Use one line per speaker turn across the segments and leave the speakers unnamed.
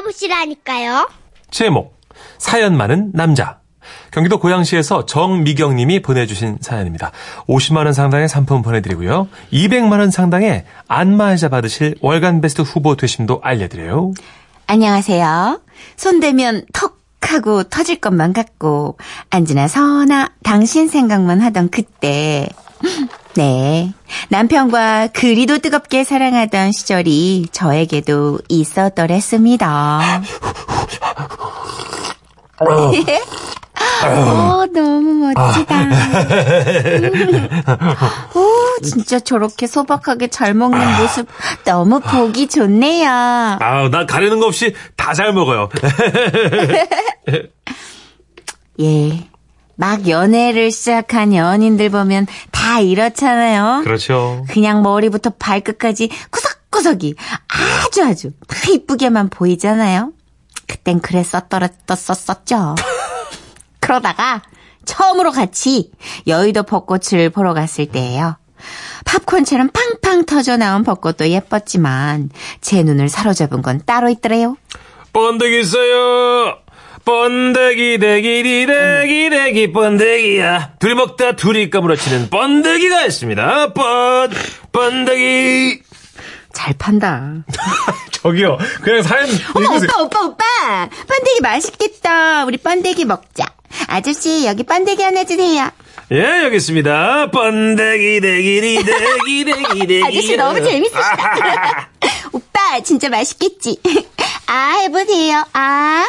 보시라니까요.
제목 사연 많은 남자 경기도 고양시에서 정미경 님이 보내주신 사연입니다. 50만 원 상당의 상품 보내드리고요. 200만 원 상당의 안마의자 받으실 월간 베스트 후보 되심도 알려드려요.
안녕하세요. 손대면 턱 하고 터질 것만 같고 안지나 서나 당신 생각만 하던 그때 네 남편과 그리도 뜨겁게 사랑하던 시절이 저에게도 있었더랬습니다. 어 너무 멋지다. 오 진짜 저렇게 소박하게 잘 먹는 모습 너무 보기 좋네요.
아우 나 가리는 거 없이 다 잘 먹어요.
예. 막 연애를 시작한 연인들 보면 다 이렇잖아요.
그렇죠.
그냥 머리부터 발끝까지 구석구석이 아주 아주 다 이쁘게만 보이잖아요. 그땐 그랬었더랬었었죠. 그러다가 처음으로 같이 여의도 벚꽃을 보러 갔을 때예요. 팝콘처럼 팡팡 터져 나온 벚꽃도 예뻤지만 제 눈을 사로잡은 건 따로 있더래요.
번데기 있어요. 번데기 대기 디대기 대기 번데기야. 둘이 먹다 둘이 까무러치는 번데기가 있습니다. 번 번데기.
잘 판다.
저기요. 그냥 사연
어머,
읽으세요.
오빠, 오빠, 오빠! 번데기 맛있겠다. 우리 번데기 먹자. 아저씨, 여기 번데기 하나 주세요.
예, 여기 있습니다. 번데기 대기 디대기 대기 대기.
아저씨, 너무 재밌으시다. 오빠, 진짜 맛있겠지? 아, 해보세요. 아.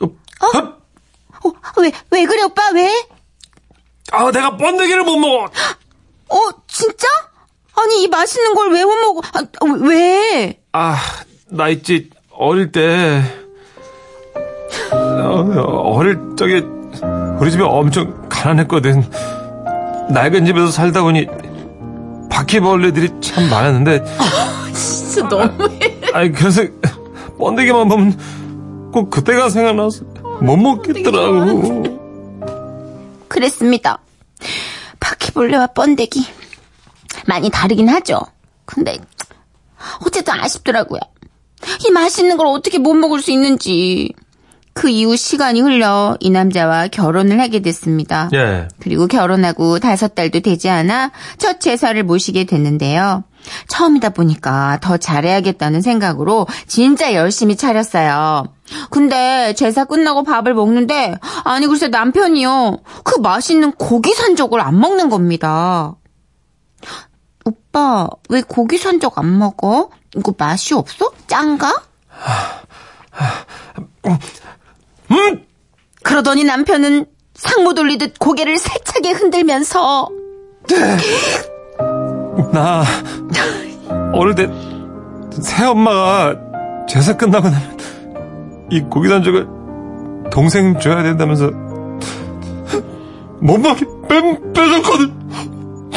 어?
어, 왜, 왜 그래, 오빠, 왜?
아, 내가 번데기를 못 먹어.
어, 진짜? 아니, 이 맛있는 걸 왜 못 먹어? 아, 어, 왜?
아, 나 있지. 어릴 때. 어, 어릴 적에 우리 집이 엄청 가난했거든. 낡은 집에서 살다 보니 바퀴벌레들이 참 많았는데.
진짜 너무해.
아니, 그래서 번데기만 보면 꼭 그때가 생각나서 못 먹겠더라고.
그랬습니다. 바퀴벌레와 번데기 많이 다르긴 하죠. 근데 어쨌든 아쉽더라고요. 이 맛있는 걸 어떻게 못 먹을 수 있는지. 그 이후 시간이 흘러 이 남자와 결혼을 하게 됐습니다.
예.
그리고 결혼하고 다섯 달도 되지 않아 첫 제사를 모시게 됐는데요. 처음이다 보니까 더 잘해야겠다는 생각으로 진짜 열심히 차렸어요. 근데 제사 끝나고 밥을 먹는데 아니 글쎄 남편이요. 그 맛있는 고기 산적을 안 먹는 겁니다. 오빠 왜 고기 산적 안 먹어? 이거 맛이 없어? 짠가?
음!
그러더니 남편은 상모 돌리듯 고개를 세차게 흔들면서
나 어릴 때 새 엄마가 제사 끝나고 나면 이 고기 단적을 동생 줘야 된다면서 몸막이 빼- 빼줬거든.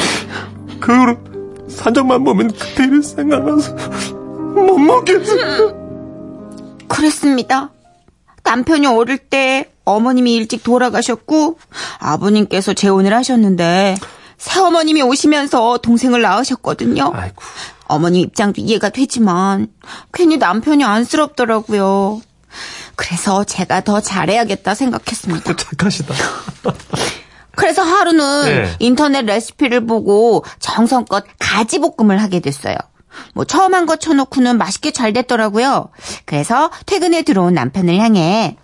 그 후로 산적만 보면 그때 일 생각나서 못 먹겠어.
그랬습니다. 남편이 어릴 때 어머님이 일찍 돌아가셨고 아버님께서 재혼을 하셨는데 새어머님이 오시면서 동생을 낳으셨거든요.
아이고.
어머니 입장도 이해가 되지만 괜히 남편이 안쓰럽더라고요. 그래서 제가 더 잘해야겠다 생각했습니다.
착하시다.
그래서 하루는
네.
인터넷 레시피를 보고 정성껏 가지볶음을 하게 됐어요. 뭐 처음 한 거 쳐놓고는 맛있게 잘 됐더라고요. 그래서 퇴근에 들어온 남편을 향해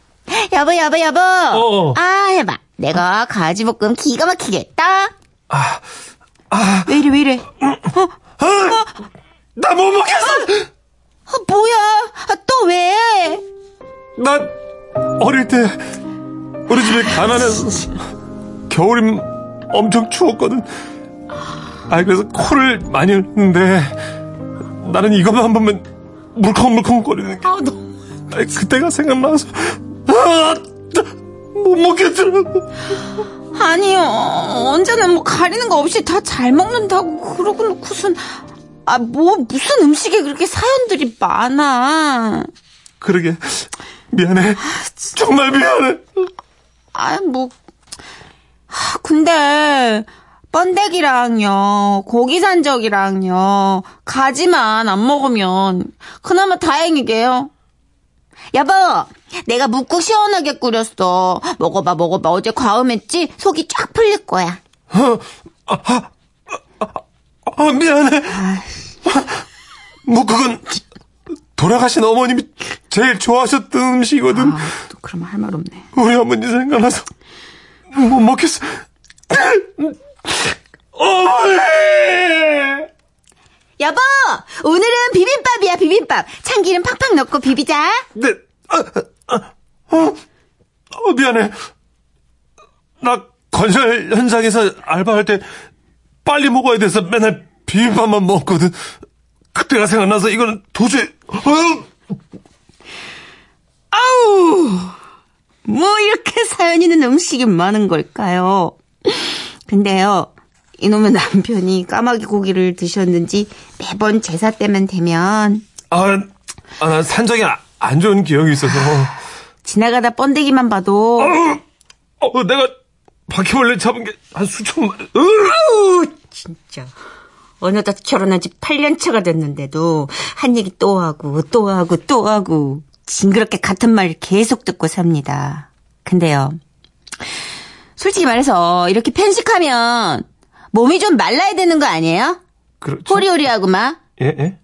여보 여보 여보
어.
아 해봐 내가 가지볶음 기가 막히게 했다.
아,
왜 이래 왜 이래
나 못 먹겠어.
아, 뭐야 아, 또 왜?
나 어릴 때 우리 집에 가난해서 겨울이 엄청 추웠거든. 아 그래서 코를 많이 흘리는데 나는 이것만 보면 물컹물컹 거리는 게
아 너무
아이, 그때가 생각나서 아, 나못 먹겠더라고.
아니요. 언제나 뭐 가리는 거 없이 다 잘 먹는다고 그러고 놓고선 아 뭐 무슨 음식에 그렇게 사연들이 많아.
그러게 미안해. 정말 미안해.
아 뭐. 하, 아, 근데 번데기랑요, 고기 산적이랑요, 가지만 안 먹으면 그나마 다행이게요. 여보, 내가 묵국 시원하게 끓였어. 먹어봐, 먹어봐. 어제 과음했지? 속이 쫙 풀릴 거야.
아, 미안해. 뭐, 그건, 돌아가신 어머님이 제일 좋아하셨던 음식이거든.
또 그러면 할 말 없네.
우리 어머니 생각나서 못 먹겠어. 어머니!
여보, 오늘은 비빔밥이야, 비빔밥. 참기름 팍팍 넣고 비비자.
네, 아, 아, 어, 어, 미안해. 나 건설 현장에서 알바할 때 빨리 먹어야 돼서 맨날 비빔밥만 먹거든. 그때가 생각나서 이거는 도저히, 어,
아우! 뭐 이렇게 사연 있는 음식이 많은 걸까요? 근데요, 이놈의 남편이 까마귀 고기를 드셨는지 매번 제사 때만 되면
아, 아, 난 산적이 아- 안 좋은 기억이 있어서.
지나가다 번데기만 봐도
어, 내가 바퀴벌레 잡은 게 한 수천 마리.
아우 어, 진짜 어느덧 결혼한 지 8년차가 됐는데도 한 얘기 또 하고 또 하고 또 하고 징그럽게 같은 말 계속 듣고 삽니다. 근데요. 솔직히 말해서 이렇게 편식하면 몸이 좀 말라야 되는 거 아니에요?
그렇죠.
호리호리하고 막.
예, 예?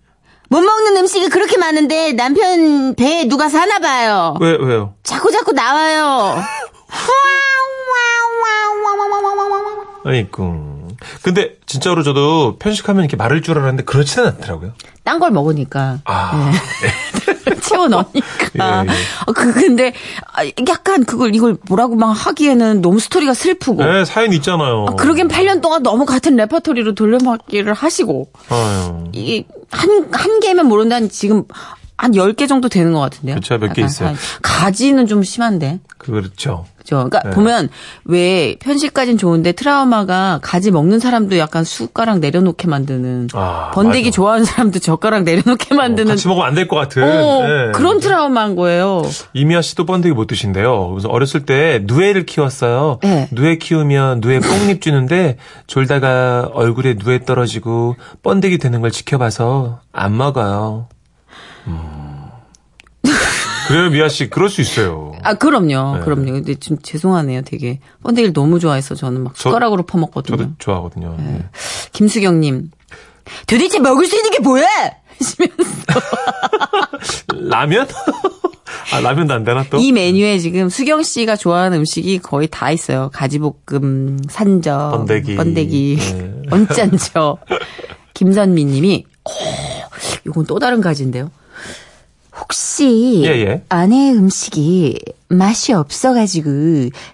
못 먹는 음식이 그렇게 많은데 남편 배에 누가 사나 봐요.
왜, 왜요?
자꾸 자꾸 나와요.
아이고. 그, 근데 진짜로 저도 편식하면 이렇게 마를 줄 알았는데 그렇지는 않더라고요.
딴 걸 먹으니까.
아.
채워 넣으니까.
예, 예.
어, 그, 근데, 아, 약간 그걸, 이걸 뭐라고 막 하기에는 너무 스토리가 슬프고.
네, 사연 있잖아요.
아, 그러긴 8년 동안 너무 같은 레퍼토리로 돌려막기를 하시고.
아유.
이게, 한, 한 개면 모른다 는 지금 한 10개 정도 되는 것 같은데요.
그쵸, 몇개
약간,
있어요.
한- 가지는 좀 심한데.
그렇죠.
그죠. 그러니까
네.
보면 왜 편식까진 좋은데 트라우마가 가지 먹는 사람도 약간 숟가락 내려놓게 만드는
아,
번데기
맞아.
좋아하는 사람도 젓가락 내려놓게 만드는
같이 먹으면 안 될 것 같은.
어,
네.
그런 트라우마인 거예요.
이미아 씨도 번데기 못 드신대요. 그래서 어렸을 때 누에를 키웠어요.
네.
누에 키우면 누에 뽕잎 주는데 졸다가 얼굴에 누에 떨어지고 번데기 되는 걸 지켜봐서 안 먹어요. 음. 그래요, 미아 씨. 그럴 수 있어요.
아 그럼요,
네.
그럼요. 근데 지금 죄송하네요, 되게 번데기를 너무 좋아해서 저는 막
저-
숟가락으로 퍼먹거든요.
저도 좋아하거든요. 네.
김수경님, 도대체 먹을 수 있는 게 뭐야? 하시면서
라면? 아, 라면도 안 되나 또?
이 메뉴에 지금 수경 씨가 좋아하는 음식이 거의 다 있어요. 가지볶음, 산적,
번데기.
번데기,
네.
언짢죠. 김선미님이 오, 이건 또 다른 가지인데요. 혹시
예, 예.
아내의 음식이 맛이 없어가지고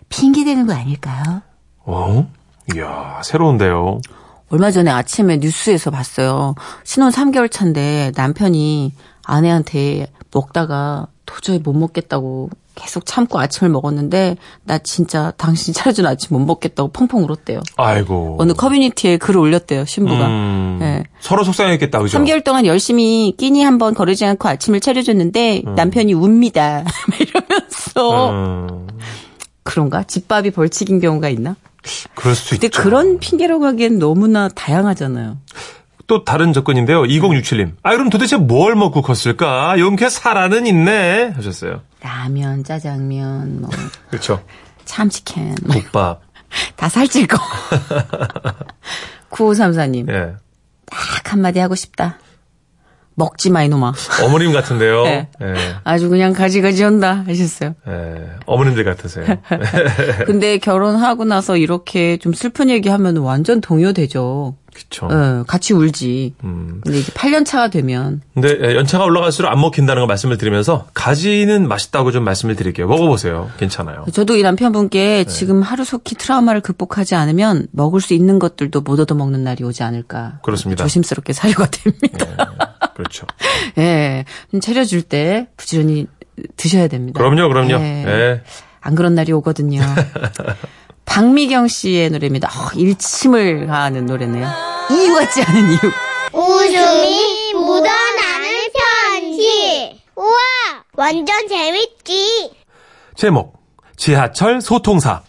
핑계대는 거 아닐까요?
어? 이야, 새로운데요.
얼마 전에 아침에 뉴스에서 봤어요. 신혼 3개월 차인데 남편이 아내한테 먹다가 도저히 못 먹겠다고 계속 참고 아침을 먹었는데 나 진짜 당신 차려준 아침 못 먹겠다고 펑펑 울었대요.
아이고.
어느 커뮤니티에 글을 올렸대요. 신부가.
음, 그렇죠.
예.
서로 속상했겠다, 그죠?
3개월 동안 열심히 끼니 한 번 거르지 않고 아침을 차려줬는데 남편이 웁니다. 이러면서
음,
그런가? 집밥이 벌칙인 경우가 있나?
그럴 수
근데
있죠.
그런 핑계라고 하기엔 너무나 다양하잖아요.
또 다른 접근인데요. 2067님. 아, 그럼 도대체 뭘 먹고 컸을까? 용케 사라는 있네. 하셨어요.
라면, 짜장면, 뭐
그렇죠.
참치캔 뭐
국밥.
다 살찔 거. 9534님
예.
딱 한마디 하고 싶다. 먹지 마 이놈아.
어머님 같은데요.
예.
예.
아주 그냥 가지가지 한다 하셨어요.
예. 어머님들 같으세요. 네.
근데 결혼하고 나서 이렇게 좀 슬픈 얘기하면 완전 동요되죠.
그쵸.
어, 같이 울지.
음.
근데 이제 8년 차가 되면
근데 예, 연차가 올라갈수록 안 먹힌다는 걸 말씀을 드리면서 가지는 맛있다고 좀 말씀을 드릴게요. 먹어보세요. 괜찮아요.
저도 이
네.
남편분께 지금 하루속히 트라우마를 극복하지 않으면 먹을 수 있는 것들도 못 얻어먹는 날이 오지 않을까.
그렇습니다.
조심스럽게 사료가 됩니다.
그렇죠.
예. 좀 차려줄 때 부지런히 드셔야 됩니다.
그럼요, 그럼요.
예.
예.
안 그런 날이 오거든요. 박미경 씨의 노래입니다. 어, 일침을 가하는 노래네요. 이유 같지 않은 이유.
웃음이 묻어나는 편지. 우와! 완전 재밌지?
제목 지하철 소통사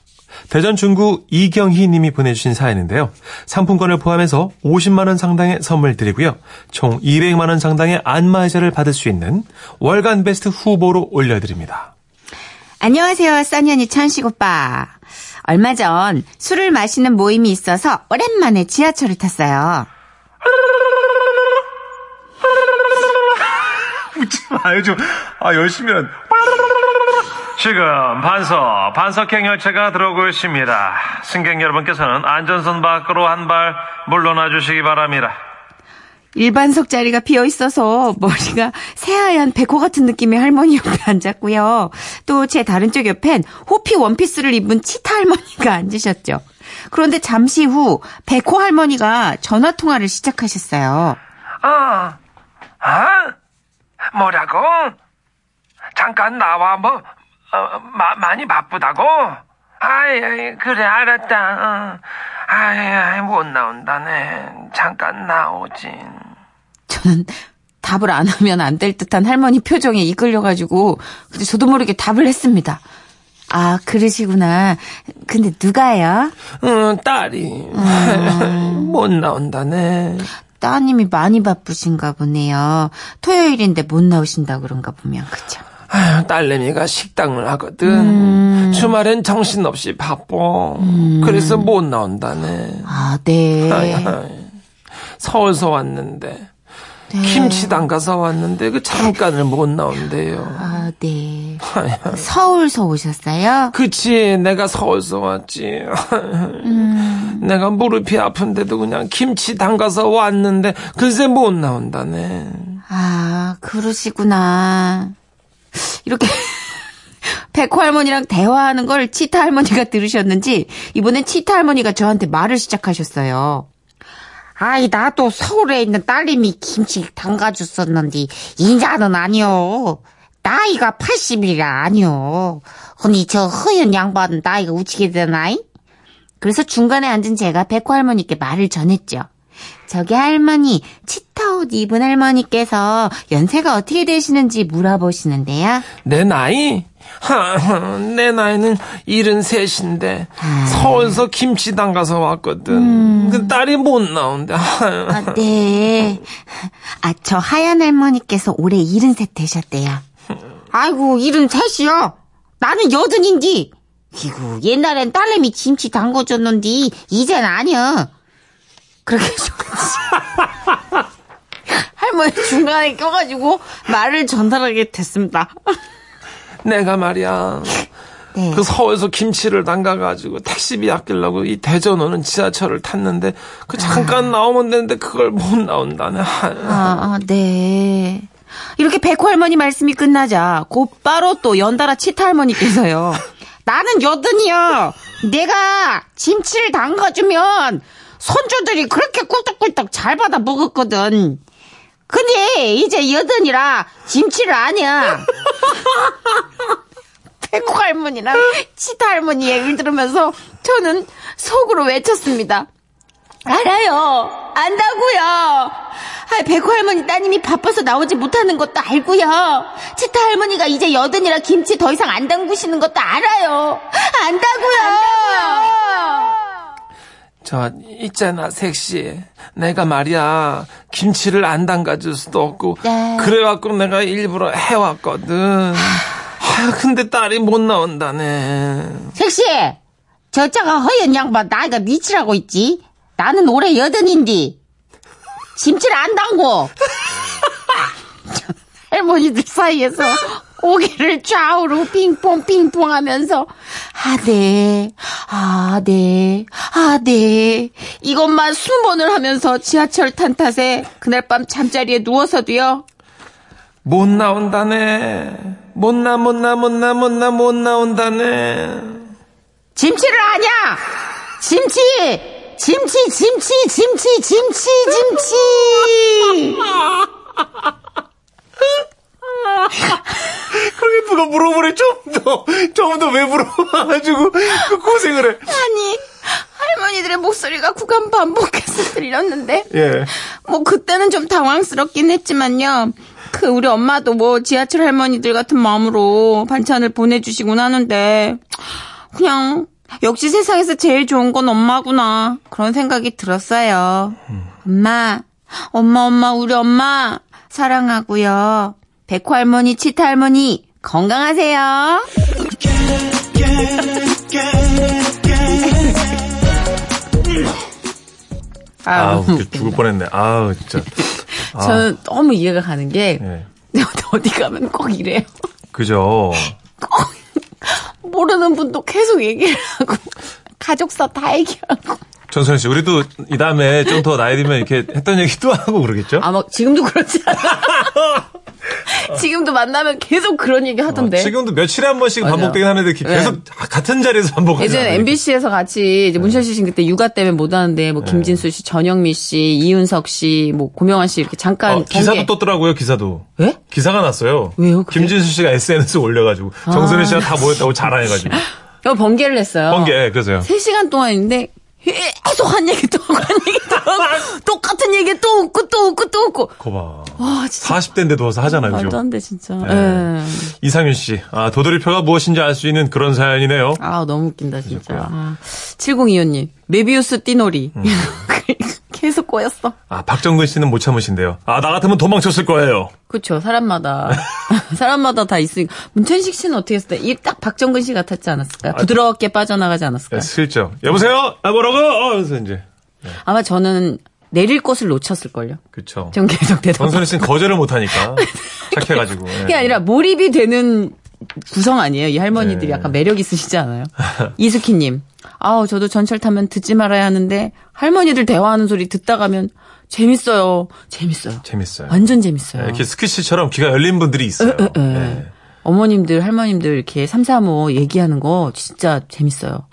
대전 중구 이경희 님이 보내주신 사연인데요. 상품권을 포함해서 50만원 상당의 선물 드리고요. 총 200만원 상당의 안마의자를 받을 수 있는 월간 베스트 후보로 올려드립니다.
안녕하세요, 써니언니 천식 오빠. 얼마 전 술을 마시는 모임이 있어서 오랜만에 지하철을 탔어요.
아, 요즘, 아, 열심히 한.
지금 반석, 반석형 열차가 들어오고 있습니다. 승객 여러분께서는 안전선 밖으로 한 발 물러나 주시기 바랍니다.
일반석 자리가 비어 있어서 머리가 새하얀 백호 같은 느낌의 할머니 옆에 앉았고요. 또 제 다른 쪽 옆엔 호피 원피스를 입은 치타 할머니가 앉으셨죠. 그런데 잠시 후 백호 할머니가 전화 통화를 시작하셨어요.
아, 아, 뭐라고? 잠깐 나와 뭐 어, 마- 많이 바쁘다고? 아이, 아이, 그래 알았다. 어. 아이, 아이 못 나온다네. 잠깐 나오지.
저는 답을 안 하면 안 될 듯한 할머니 표정에 이끌려가지고 근데 저도 모르게 답을 했습니다. 아 그러시구나. 근데 누가요?
응, 어, 딸이 못 나온다네.
따님이 많이 바쁘신가 보네요. 토요일인데 못 나오신다 그런가 보면 그죠?
아휴, 딸내미가 식당을 하거든. 주말엔 정신없이 바빠. 그래서 못 나온다네.
아 네.
서울서 왔는데 김치당 가서 왔는데 그 잠깐을 못 나온대요.
아 네. 서울서 오셨어요?
그치, 내가 서울서 왔지. 내가 무릎이 아픈데도 그냥 김치 담가서 왔는데 글쎄 못 나온다네.
아 그러시구나. 이렇게. 백호 할머니랑 대화하는 걸 치타 할머니가 들으셨는지 이번엔 치타 할머니가 저한테 말을 시작하셨어요.
아이 나도 서울에 있는 딸님이 김치 담가줬었는데 인자는 아니요 나이가 80이라 아니요 언니 저 허연 양반 나이가 우치게 되나이?
그래서 중간에 앉은 제가 백호 할머니께 말을 전했죠. 저기 할머니, 치타 옷 입은 할머니께서 연세가 어떻게 되시는지 물어보시는데요.
내 나이? 하하, 내 나이는 73인데 서울서 김치 담가서 왔거든. 그 딸이 못 나온대. 하하.
아, 네. 아, 저 하얀 할머니께서 올해 73 되셨대요.
아이고 이름 셋이요 나는 여든인디 이구 옛날엔 딸님이 김치 담가줬는데 이젠 아니요
그렇게 해줘가지고. 할머니 중간에 껴가지고 말을 전달하게 됐습니다.
내가 말이야.
네.
그 서울서 김치를 담가가지고 택시비 아끼려고 이 대전 오는 지하철을 탔는데 그 잠깐 나오면 되는데 그걸 못 나온다네. 하하.
아, 아, 네. 이렇게 백호 할머니 말씀이 끝나자 곧바로 또 연달아 치타 할머니께서요.
나는 여든이요 내가 김치를 담가주면 손주들이 그렇게 꿀떡꿀떡 잘 받아 먹었거든 근데 이제 여든이라 김치를 아냐
백호 할머니랑 치타 할머니 얘기를 들으면서 저는 속으로 외쳤습니다. 알아요. 안다고요. 아, 백호 할머니 따님이 바빠서 나오지 못하는 것도 알고요. 치타 할머니가 이제 여든이라 김치 더 이상 안 담그시는 것도 알아요. 안다고요.
저 있잖아 섹시. 내가 말이야 김치를 안 담가줄 수도 없고
네. 아.
그래갖고 내가 일부러 해왔거든. 아유 근데 딸이 못 나온다네.
섹시 저 자가 허연 양반 나이가 미치라고 있지 나는 올해 여든인디 김치를 안 담고 할머니들 사이에서 고개를 좌우로 핑퐁 핑퐁 하면서
아, 네. 아, 네. 아, 네. 이것만 수번을 하면서 지하철 탄 탓에 그날 밤 잠자리에 누워서도요.
못 나온다네. 못 나 못 나 못 나 못 나 못 나온다네.
짐치를 아냐? 짐치! 짐치, 짐치, 짐치, 짐치, 짐치!
그렇게 누가 물어보래, 좀 더, 좀 더 왜 물어봐가지고 그 고생을 해.
아니, 할머니들의 목소리가 구간 반복해서 들렸는데.
예.
뭐, 그때는 좀 당황스럽긴 했지만요. 그, 우리 엄마도 뭐, 지하철 할머니들 같은 마음으로 반찬을 보내주시곤 하는데, 그냥, 역시 세상에서 제일 좋은 건 엄마구나. 그런 생각이 들었어요. 엄마, 엄마, 엄마, 우리 엄마. 사랑하고요. 백호 할머니, 치타 할머니, 건강하세요.
아우,
아우,
죽을 뻔했네. 아우, 진짜. 아,
저는 너무 이해가 가는 게,
예.
어디 가면 꼭 이래요.
그죠.
모르는 분도 계속 얘기를 하고, 가족사 다 얘기하고.
전선 씨, 우리도 이 다음에 좀 더 나이 들면 이렇게 했던 얘기 또 하고 그러겠죠?
아마 뭐, 지금도 그렇지 않아. 지금도 만나면 계속 그런 얘기 하던데.
아, 지금도 며칠에 한 번씩
네. 맞아요.
반복되긴 하는데 이렇게
네.
계속 아, 같은 자리에서 반복하는
예전에 MBC에서 같이
네.
이제 문철 씨 그때 육아 때문에 못 하는데 뭐 김진수 씨, 전영미 씨, 이윤석 씨, 뭐 고명환 씨 이렇게 잠깐
어, 기사도
경계.
떴더라고요, 기사도.
예?
기사가 났어요.
왜요, 그게? 아.
김진수 씨가 SNS 에 올려가지고 정선혜 씨가 다 모였다고 자랑해가지고
어, 번개를 냈어요.
번개 예, 그래서요.
3시간 동안 있는데 계속 한 얘기 또 하고 한 얘기 또 하고 똑같은 얘기 또 웃고 또 웃고 또 웃고
거봐.
와 진짜
40대인데도 와서 하잖아요.
말도
그죠?
안 돼 진짜.
네.
예.
이상윤 씨, 아 도돌이표가 무엇인지 알 수 있는 그런 사연이네요.
아 너무 웃긴다 진짜.
그랬고요. 음.
아, 7025님 메비우스 띠놀이 계속 꼬였어.
아 박정근 씨는 못 참으신대요. 아 나 같으면 도망쳤을 거예요.
그렇죠 사람마다 사람마다 다 있으니까 문천식 씨는 어떻게 했을까? 이딱 박정근 씨 같았지
아,
않았을까? 부드럽게 빠져나가지 않았을까?
예, 슬쩍. 여보세요? 아 뭐라고? 어, 그래서 이제
아마 저는 내릴 곳을 놓쳤을 걸요.
그쵸.
전 계속 대답.
정선혜 씨는 거절을 못하니까 착해가지고. 예.
그게 아니라 몰입이 되는 구성 아니에요. 이 할머니들이
네.
약간 매력 있으시지 않아요? 이수키님, 아우 저도 전철 타면 듣지 말아야 하는데 할머니들 대화하는 소리 듣다 가면 재밌어요, 재밌어요.
재밌어요.
완전 재밌어요.
예, 이렇게 스키 씨처럼 귀가 열린 분들이 있어요.
예.
예.
어머님들, 할머님들 이렇게 삼삼오 얘기하는 거 진짜 재밌어요.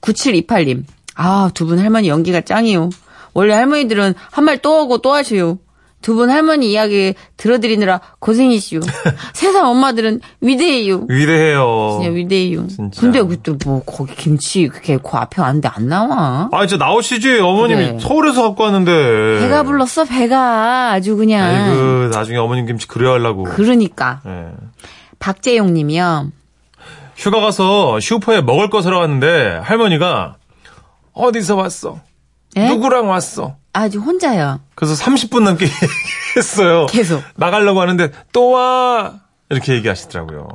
9728님. 아, 두 분 할머니 연기가 짱이요. 원래 할머니들은 한 말 또 하고 또 하시요. 두 분 할머니 이야기 들어드리느라 고생이시요. 세상 엄마들은 위대해요.
위대해요.
진짜 위대해요.
어, 진짜.
근데 그때 뭐 거기 김치 이렇게 그 앞에 왔는데 안 나와.
아, 이제 나오시지. 어머님이
그래.
서울에서 갖고 왔는데.
배가 네. 불렀어, 배가. 아주 그냥.
네. 아이고, 나중에 어머님 김치 그려하려고.
그러니까.
예.
박재용 님이요.
휴가 가서 슈퍼에 먹을 거 사러 갔는데 할머니가
어디서 왔어?
예?
누구랑 왔어?
아주 혼자요.
그래서 30분 넘게 했어요.
계속.
나가려고 하는데 또 와. 이렇게 얘기하시더라고요.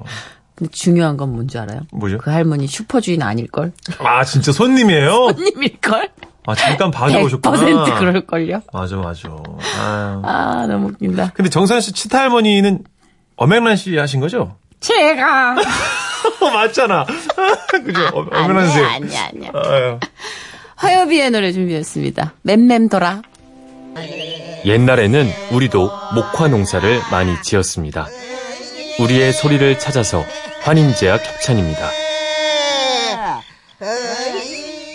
근데 중요한 건 뭔 줄 알아요?
뭐죠?
그 할머니 슈퍼 주인 아닐걸?
아, 진짜 손님이에요?
손님일걸?
아, 잠깐 봐주고 오셨구나.
100% 그럴걸요?
맞아, 맞아. 아유.
아, 너무 웃긴다.
근데 정선 씨 치타 할머니는 엄영란 씨 하신 거죠?
제가
맞잖아. 그죠? 어- 엄연한 쌤. 아니야, 아니야.
화요비의 노래 준비했습니다. 맴맴더라.
옛날에는 우리도 목화 농사를 많이 지었습니다. 우리의 소리를 찾아서 환인제약 협찬입니다.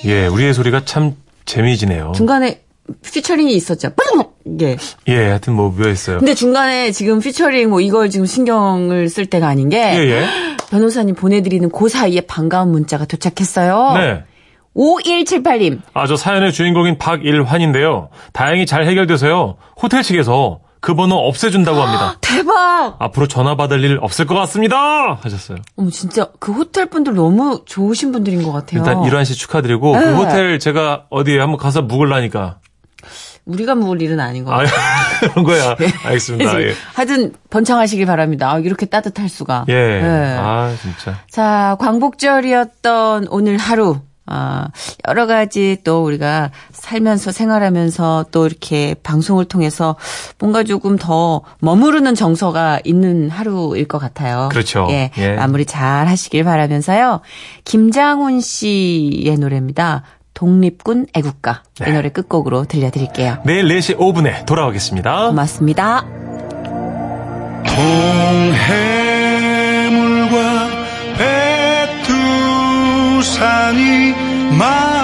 예, 우리의 소리가 참 재미지네요.
중간에 피처링이 있었죠. 뿌룩! 예.
예, 하여튼 뭐 묘했어요.
근데 중간에 지금 피처링 뭐 이걸 지금 신경을 쓸 때가 아닌 게
예, 예.
변호사님 보내드리는 그 사이에 반가운 문자가 도착했어요.
네.
5178님.
아, 저 사연의 주인공인 박일환인데요. 다행히 잘 해결돼서요. 호텔 측에서 그 번호 없애준다고 합니다.
대박!
앞으로 전화 받을 일 없을 것 같습니다! 하셨어요.
어머, 진짜 그 호텔 분들 너무 좋으신 분들인 것 같아요.
일단 일환 씨 축하드리고,
네.
그 호텔 제가 어디에 한번 가서 묵을라니까.
우리가 물 일은 아닌 것
아,
같아요.
그런 거야. 알겠습니다. 예.
하여튼 번창하시길 바랍니다. 아, 이렇게 따뜻할 수가.
예.
예.
아, 진짜.
자, 광복절이었던 오늘 하루. 아, 여러 가지 또 우리가 살면서 생활하면서 또 이렇게 방송을 통해서 뭔가 조금 더 머무르는 정서가 있는 하루일 것 같아요.
그렇죠.
예.
예.
마무리 잘 하시길 바라면서요. 김장훈 씨의 노래입니다. 독립군 애국가.
네.
이 노래 끝곡으로 들려드릴게요.
내일 4시 5분에 돌아오겠습니다.
고맙습니다.
해물과 백두산이 말